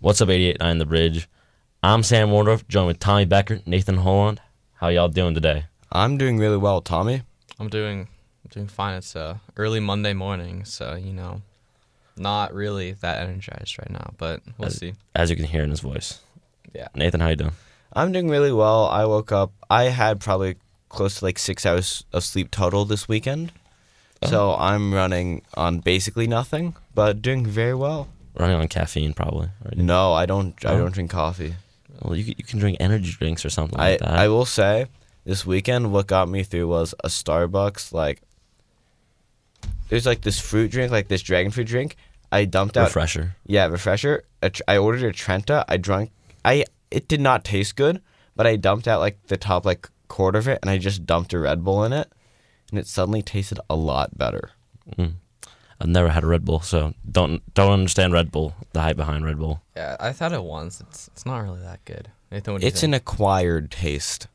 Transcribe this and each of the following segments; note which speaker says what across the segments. Speaker 1: What's up, 889 The Bridge? I'm Sam Wardorf, joined with Tommy Becker, Nathan Holland. How y'all doing today?
Speaker 2: I'm doing really well, Tommy.
Speaker 3: I'm doing I'm doing fine. It's uh, early Monday morning, so you know, not really that energized right now, but we'll see.
Speaker 1: As you can hear in his voice.
Speaker 3: Yeah.
Speaker 1: Nathan, how you doing?
Speaker 2: I'm doing really well. I woke up. I had probably close to like six hours of sleep total this weekend. So I'm running on basically nothing, but doing very well.
Speaker 1: Running on caffeine, probably. Right?
Speaker 2: No, I don't. I
Speaker 1: Oh.
Speaker 2: don't drink coffee.
Speaker 1: Well, you, c- you can drink energy drinks or something
Speaker 2: I
Speaker 1: like that.
Speaker 2: I will say this weekend what got me through was a Starbucks like. There's like this fruit drink, like this dragon fruit drink. I dumped out
Speaker 1: Refresher.
Speaker 2: Yeah, refresher. A tr- I ordered a Trenta. I drank. I it did not taste good, but I dumped out like the top like quarter of it, and I just dumped a Red Bull in it, and it suddenly tasted a lot better.
Speaker 1: I've never had a Red Bull, so don't don't understand Red Bull, the hype behind Red Bull.
Speaker 3: Yeah, I've had it once. It's it's not really that good. Nathan, what do you
Speaker 2: It's
Speaker 3: think?
Speaker 2: an acquired taste.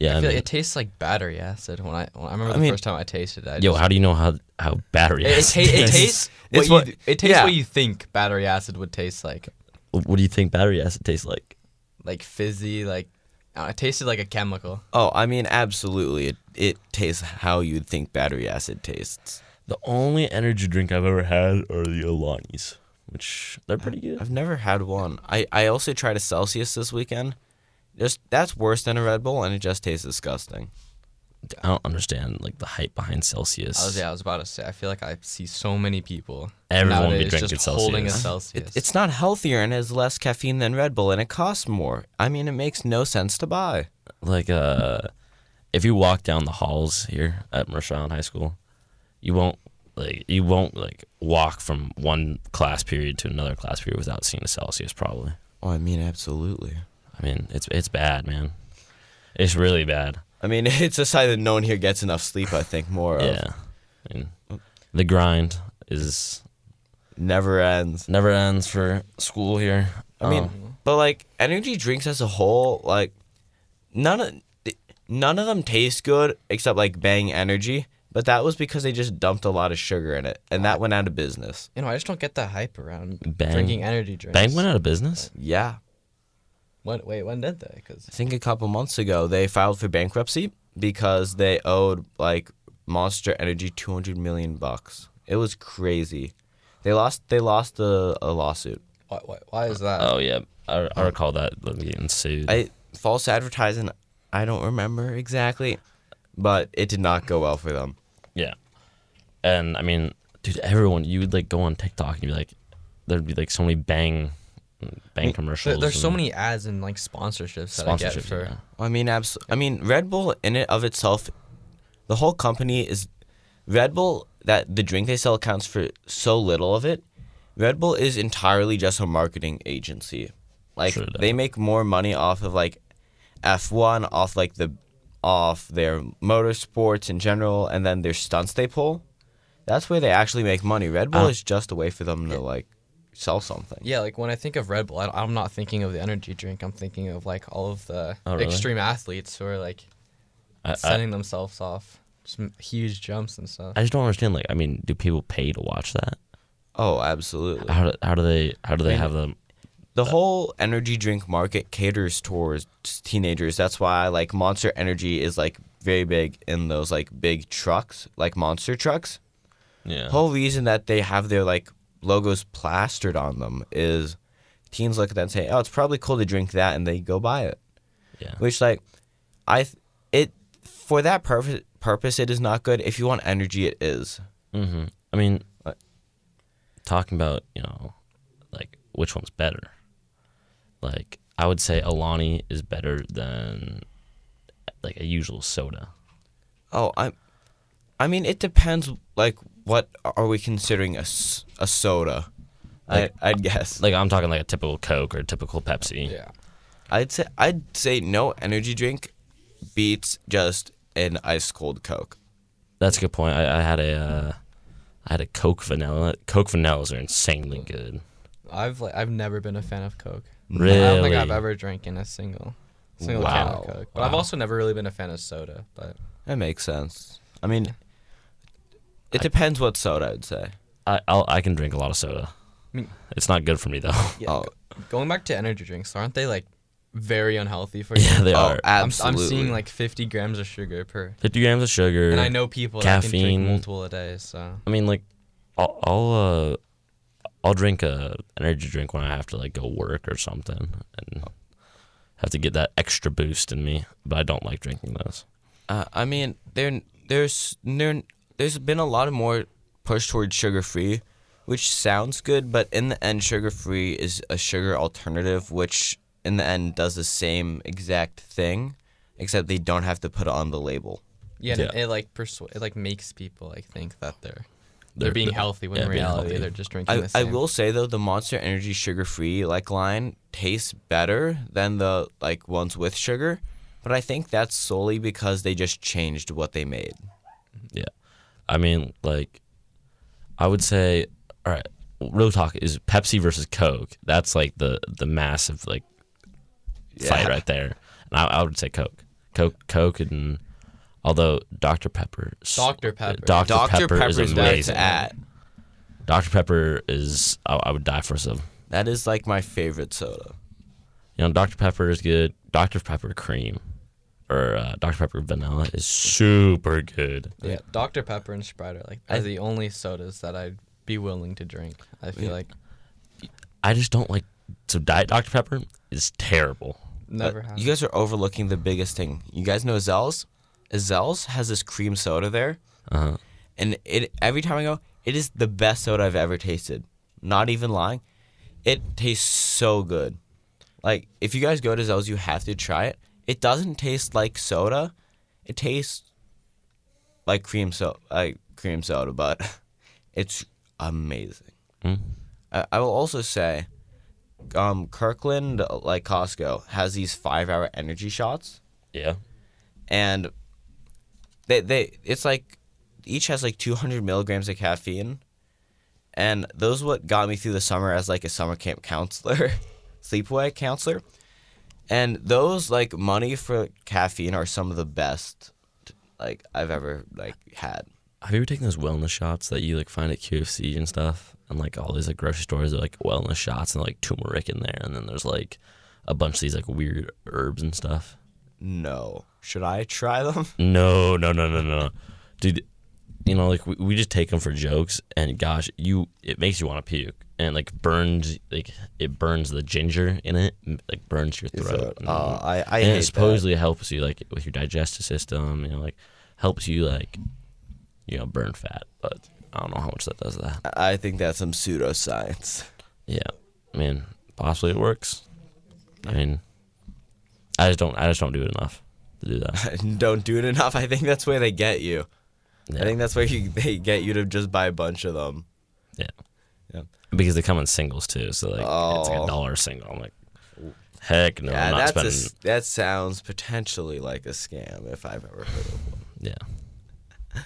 Speaker 1: Yeah,
Speaker 3: I
Speaker 1: I
Speaker 3: feel
Speaker 1: mean,
Speaker 3: like it tastes like battery acid. When I when I remember
Speaker 2: I
Speaker 3: the
Speaker 2: mean-
Speaker 3: first time I tasted it, I
Speaker 1: yo,
Speaker 3: just-
Speaker 1: how do you know how how battery?
Speaker 3: it, it,
Speaker 1: acid
Speaker 3: ta- it
Speaker 1: tastes?
Speaker 3: tastes
Speaker 2: It's
Speaker 3: what,
Speaker 2: what-
Speaker 3: you, it tastes
Speaker 2: yeah.
Speaker 3: what you think battery acid would taste like,
Speaker 1: What do you think battery acid tastes like?
Speaker 3: like fizzy, like uh, it tasted like a chemical.
Speaker 2: Oh, I mean, absolutely. It it tastes how you'd think battery acid tastes.
Speaker 1: The only energy drink I've ever had are the Olanis, which they're pretty good.
Speaker 2: I've never had one. I I also tried a Celsius this weekend. Just that's worse than a Red Bull, and it just tastes disgusting.
Speaker 1: I don't understand like the hype behind Celsius.
Speaker 3: I was yeah, I was about to say. I feel like I see so many people
Speaker 1: Everyone be
Speaker 3: nowadays
Speaker 1: drinking
Speaker 3: just holding a
Speaker 1: Celsius.
Speaker 3: Celsius.
Speaker 2: It, it's not healthier and has less caffeine than Red Bull, and it costs more. I mean, it makes no sense to buy.
Speaker 1: Like uh, if you walk down the halls here at Marshall High School, you won't like you won't like walk from one class period to another class period without seeing a Celsius probably.
Speaker 2: Oh, I mean, absolutely.
Speaker 1: I mean, it's it's bad, man. It's really bad.
Speaker 2: I mean, it's a sign that no one here gets enough sleep. I think more of
Speaker 1: Yeah. I mean, the grind is
Speaker 2: never ends.
Speaker 1: never ends for school here.
Speaker 2: I mean, but like energy drinks as a whole, like none of none of them taste good except like Bang Energy. But that was because they just dumped a lot of sugar in it, and that went out of business.
Speaker 3: you know, I just don't get the hype around
Speaker 1: Bang-
Speaker 3: drinking energy drinks.
Speaker 1: Bang Uh, went out of business.
Speaker 2: Yeah,
Speaker 3: When, wait, when did they? Because
Speaker 2: I think a couple months ago they filed for bankruptcy because they owed like Monster Energy 200 million bucks. It was crazy. They lost they lost a, a lawsuit.
Speaker 3: why, why, why is that?
Speaker 1: Oh yeah, I, I recall that them getting sued.
Speaker 2: I false advertising, I don't remember exactly, but it did not go well for them.
Speaker 1: yeah, and I mean, dude, everyone you would like go on TikTok and be like, there'd be like so many bang, bang commercials.
Speaker 3: Mm, There, there's so
Speaker 1: and
Speaker 3: many ads and like sponsorships that I get
Speaker 1: sponsorships.
Speaker 3: for.
Speaker 1: yeah.
Speaker 2: I mean abs- I mean Red Bull in it of itself the whole company is Red Bull that the drink they sell accounts for so little of it. Red Bull is entirely just a marketing agency. Like
Speaker 1: True that.
Speaker 2: they make more money off of like F1 off like the off their motorsports in general and then their stunts they pull. That's where they actually make money. Red Bull
Speaker 1: Uh,
Speaker 2: is just a way for them to like sell something.
Speaker 3: Yeah, like when I think of Red Bull, I, am not thinking of the energy drink. I'm thinking of like all of the
Speaker 1: Oh, really? Uh,
Speaker 3: extreme athletes who are like
Speaker 1: I, I,
Speaker 3: sending themselves off some huge jumps and stuff.
Speaker 1: I just don't understand. Like, I mean, do people pay to watch that?
Speaker 2: Oh, absolutely.
Speaker 1: How do, how do they how do they have them?
Speaker 2: the whole energy drink market caters towards teenagers. That's why like Monster Energy is like very big in those like big trucks, like monster trucks.
Speaker 1: Yeah.
Speaker 2: The whole reason that they have their like logos plastered on them is teens look at that and say, "Oh, it's probably cool to drink that," and they go buy it.
Speaker 1: Yeah.
Speaker 2: Which like I th- it for that purpose purpose it is not good. If you want energy, it is.
Speaker 1: hmm I mean,
Speaker 2: What?
Speaker 1: talking about you know, like which one's better. Like I would say Alani is better than like a usual soda.
Speaker 2: Oh, I, I mean, it depends. Like, what are we considering a, s- a soda?
Speaker 1: Like-
Speaker 2: I, I'd guess.
Speaker 1: Like I'm talking like a typical Coke or a typical Pepsi.
Speaker 3: yeah.
Speaker 2: I'd say I'd say no energy drink beats just an ice cold Coke.
Speaker 1: That's a good point. I, I had a uh, I had a Coke vanilla. Coke vanillas are insanely good.
Speaker 3: I've like I've never been a fan of Coke.
Speaker 1: Really?
Speaker 3: I don't think I've ever drank in a single single can of
Speaker 2: Wow.
Speaker 3: Coke. But I've also never really been a fan of soda. But
Speaker 2: That makes sense. I mean, it depends what soda I'd say.
Speaker 1: I I'll, I can drink a lot of soda.
Speaker 3: mean-
Speaker 1: It's not good for me though.
Speaker 3: yeah,
Speaker 2: oh,
Speaker 3: Going back to energy drinks, aren't they like very unhealthy for you?
Speaker 1: Yeah, they
Speaker 2: oh,
Speaker 1: are.
Speaker 3: I'm, I'm seeing like 50 grams of sugar per.
Speaker 1: 50 grams of sugar.
Speaker 3: And I know people that can drink
Speaker 1: Caffeine.
Speaker 3: multiple a day, so.
Speaker 1: I mean, like, I'll I'll, uh, I'll drink a energy drink when I have to like go work or something, and have to get that extra boost in me. But I don't like drinking those.
Speaker 2: Uh, I mean, there, there's there, there's been a lot of more push towards sugar free, which sounds good, but in the end, sugar free is a sugar alternative, which in the end does the same exact thing, except they don't have to put it on the label.
Speaker 3: Yeah, and
Speaker 1: Yeah.
Speaker 3: It, like persu- it like makes people like think that they're they're, being healthy when
Speaker 1: yeah,
Speaker 3: in
Speaker 1: being
Speaker 3: reality
Speaker 1: healthy.
Speaker 3: they're just drinking
Speaker 2: I,
Speaker 3: the
Speaker 2: I
Speaker 3: same.
Speaker 2: will say though, the Monster Energy sugar free like line tastes better than the like ones with sugar, but I think that's solely because they just changed what they made.
Speaker 1: Yeah, I mean, like, I would say, all right, real talk is Pepsi versus Coke. That's like the the massive like fight
Speaker 2: Yeah.
Speaker 1: right there. And I, I would say Coke, Coke, Coke, and although Dr Pepper,
Speaker 3: Dr. Pepper.
Speaker 1: Dr
Speaker 2: Dr.
Speaker 1: Pepper
Speaker 2: Pepper's
Speaker 1: is
Speaker 2: where
Speaker 1: amazing.
Speaker 2: it's at.
Speaker 1: Dr Pepper is I, I would die for some.
Speaker 2: That is like my favorite soda.
Speaker 1: You know, Dr. Pepper is good. Dr. Pepper cream or uh, Dr. Pepper vanilla is super good.
Speaker 3: Yeah, Dr Pepper and Sprite are like are the only sodas that I'd be willing to drink. I feel like
Speaker 1: I just don't like so diet Dr. Pepper is terrible.
Speaker 3: never
Speaker 2: But
Speaker 3: have.
Speaker 2: You guys are overlooking the biggest thing. You guys know Zell's? Zell's has this cream soda there,
Speaker 1: Uh-huh.
Speaker 2: and it every time I go, it is the best soda I've ever tasted. Not even lying, it tastes so good. Like if you guys go to Zell's, you have to try it. It doesn't taste like soda. It tastes like cream soda, like cream soda, but it's amazing.
Speaker 3: Hmm?
Speaker 1: Mm.
Speaker 2: I, I will also say, um, Kirkland, like Costco, has these five-hour energy shots,
Speaker 1: Yeah.
Speaker 2: and they they it's like each has like 200 milligrams of caffeine, and those what got me through the summer as like a summer camp counselor, sleepaway counselor, and those like money for caffeine are some of the best, like I've ever like had.
Speaker 1: Have you ever taken those wellness shots that you like find at QFC and stuff? And like all these like grocery stores are like wellness shots and like turmeric in there and then there's like a bunch of these like weird herbs and stuff.
Speaker 2: No, should I try them?
Speaker 1: No, no, no, no, no, dude. You know, like we, we just take them for jokes, and gosh, you it makes you want to puke, and like burns like it burns the ginger in it, m- like burns your throat. and-
Speaker 2: Uh, I I
Speaker 1: Mm-hmm. and
Speaker 2: hate
Speaker 1: it
Speaker 2: that.
Speaker 1: supposedly helps you like with your digestive system, you know, like helps you like you know burn fat, but I don't know how much that does that.
Speaker 2: I think that's some pseudoscience.
Speaker 1: Yeah, I mean, possibly it works. I mean, I just don't I just don't do it enough to do that.
Speaker 2: Don't do it enough. I think that's where they get you.
Speaker 1: Yeah.
Speaker 2: I think that's where you, they get you to just buy a bunch of them.
Speaker 1: Yeah.
Speaker 2: Yeah.
Speaker 1: Because they come in singles too, so like it's like a
Speaker 2: Oh.
Speaker 1: dollar single. I'm like, heck no,
Speaker 2: yeah,
Speaker 1: I'm not
Speaker 2: that's a
Speaker 1: spending.
Speaker 2: s that sounds potentially like a scam if I've ever heard of one.
Speaker 1: yeah,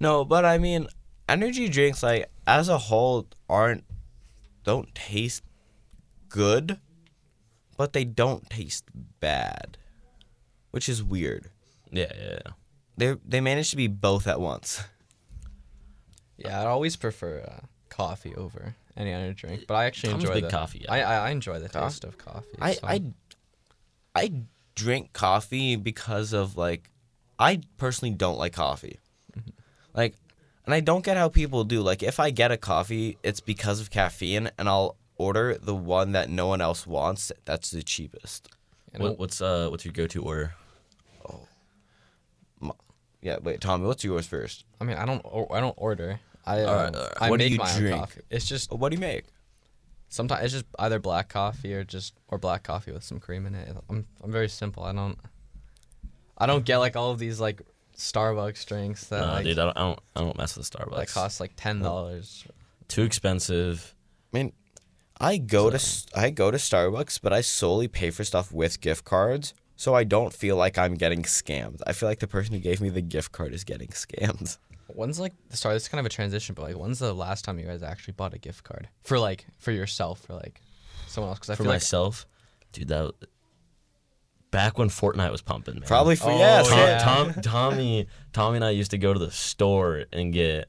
Speaker 2: No, but I mean, energy drinks like as a whole aren't don't taste good, but they don't taste bad, which is weird.
Speaker 1: yeah, yeah, yeah.
Speaker 2: They they manage to be both at once.
Speaker 3: yeah, I always prefer uh, coffee over any other drink, but I actually
Speaker 1: Tom's
Speaker 3: enjoy
Speaker 1: big
Speaker 3: the
Speaker 1: coffee guy.
Speaker 3: I, I I enjoy the taste of coffee.
Speaker 2: I,
Speaker 3: so-
Speaker 2: I I drink coffee because of like I personally don't like coffee. Like and I don't get how people do. Like if I get a coffee, it's because of caffeine and I'll order the one that no one else wants that's the cheapest.
Speaker 3: and
Speaker 1: What, what's uh, what's your go-to order?
Speaker 2: Yeah, wait, Tommy, what's yours first?
Speaker 3: I mean, I don't or- I don't order. I
Speaker 1: All right,
Speaker 3: um,
Speaker 1: all right.
Speaker 3: I
Speaker 2: What do
Speaker 3: make
Speaker 2: you
Speaker 3: my
Speaker 2: drink?
Speaker 3: own coffee. It's just
Speaker 2: What do you make?
Speaker 3: sometimes it's just either black coffee or just or black coffee with some cream in it. I'm I'm very simple. I don't I don't get like all of these like Starbucks drinks that
Speaker 1: Nah,
Speaker 3: like,
Speaker 1: Uh, dude, I don't, I don't, I don't mess with Starbucks.
Speaker 3: that cost like ten dollars.
Speaker 1: Too expensive.
Speaker 2: I mean, I go to s- I go to Starbucks, but I solely pay for stuff with gift cards, so I don't feel like I'm getting scammed. I feel like the person who gave me the gift card is getting scammed.
Speaker 3: When's like sorry, this is kind of a transition, but like when's the last time you guys actually bought a gift card for like for yourself for like someone else? Because I
Speaker 1: For
Speaker 3: feel like
Speaker 1: myself, dude, that w- back when Fortnite was pumping, man.
Speaker 2: Probably for
Speaker 3: Oh,
Speaker 2: yes,
Speaker 1: Tom,
Speaker 3: yeah.
Speaker 1: Tom, Tommy, Tommy, and I used to go to the store and get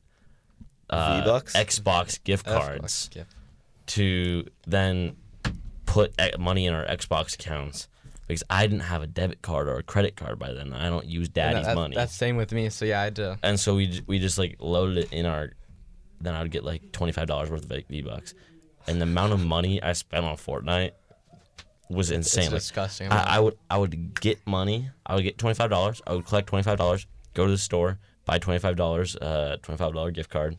Speaker 1: uh,
Speaker 2: V-Bucks?
Speaker 1: Xbox gift
Speaker 3: Xbox
Speaker 1: cards.
Speaker 3: gift-
Speaker 1: to then put e- money in our Xbox accounts because I didn't have a debit card or a credit card by then. and I don't use
Speaker 3: And
Speaker 1: daddy's
Speaker 3: that-
Speaker 1: money.
Speaker 3: That's same with me. So yeah, I had to.
Speaker 1: and so we j- we just like loaded it in our. Then I would get like twenty five dollars worth of like, V bucks, and the amount of money I spent on Fortnite was insane.
Speaker 3: It's
Speaker 1: Like,
Speaker 3: disgusting.
Speaker 1: I, I would I would get money. I would get twenty five dollars. I would collect twenty five dollars. Go to the store, buy twenty five dollars, uh, twenty five dollar gift card,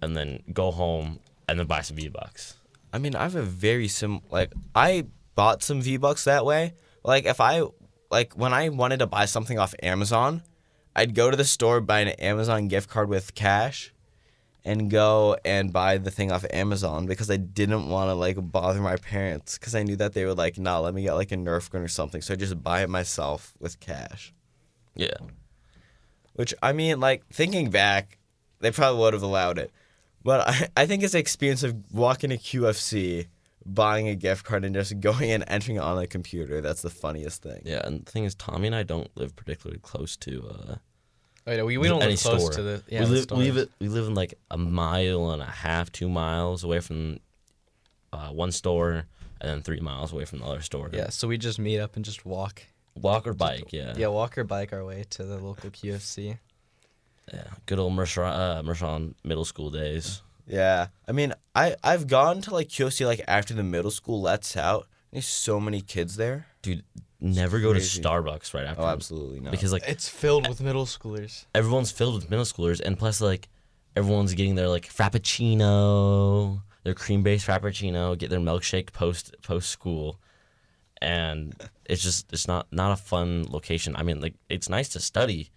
Speaker 1: and then go home and then buy some V bucks.
Speaker 2: I mean, I have a very sim like I bought some V Bucks that way. Like if I like when I wanted to buy something off Amazon, I'd go to the store, buy an Amazon gift card with cash, and go and buy the thing off Amazon because I didn't want to like bother my parents because I knew that they would like, nah, let me get like a Nerf gun or something. So I just buy it myself with cash.
Speaker 1: Yeah,
Speaker 2: Which I mean, like thinking back, they probably would have allowed it. But I, I think it's the experience of walking to QFC, buying a gift card, and just going and entering it on a computer. That's the funniest thing.
Speaker 1: yeah. And the thing is, Tommy and I don't live particularly close to uh,
Speaker 3: Wait, we, we don't
Speaker 1: any
Speaker 3: live close
Speaker 1: store.
Speaker 3: to the. Yeah,
Speaker 1: we
Speaker 3: the
Speaker 1: live we
Speaker 3: stores.
Speaker 1: live, we live in like a mile and a half, two miles away from uh, one store, and then three miles away from the other store.
Speaker 3: Yeah, so we just meet up and just walk.
Speaker 1: walk or bike. Yeah,
Speaker 3: Yeah, walk or bike our way to the local QFC.
Speaker 1: yeah. Good old Mershon, uh, Mershon middle school days.
Speaker 2: Yeah. I mean, I, I've gone to like QFC like after the middle school lets out. There's so many kids there.
Speaker 1: dude never go to
Speaker 2: crazy.
Speaker 1: starbucks right after
Speaker 2: Oh, absolutely not.
Speaker 1: because like
Speaker 3: It's filled with middle schoolers.
Speaker 1: everyone's filled with middle schoolers and plus like everyone's getting their like frappuccino their cream based frappuccino get their milkshake post post school and it's just it's not not a fun location i mean like it's nice to study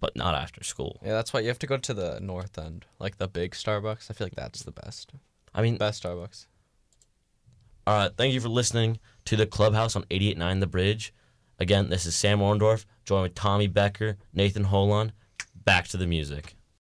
Speaker 1: but not after school
Speaker 3: Yeah, that's why you have to go to the north end, like the big Starbucks. I feel like that's the best,
Speaker 1: i mean
Speaker 3: best Starbucks.
Speaker 1: all right thank you for listening to the clubhouse on 889 the bridge again this is sam orndorf joined with tommy becker nathan holon back to the music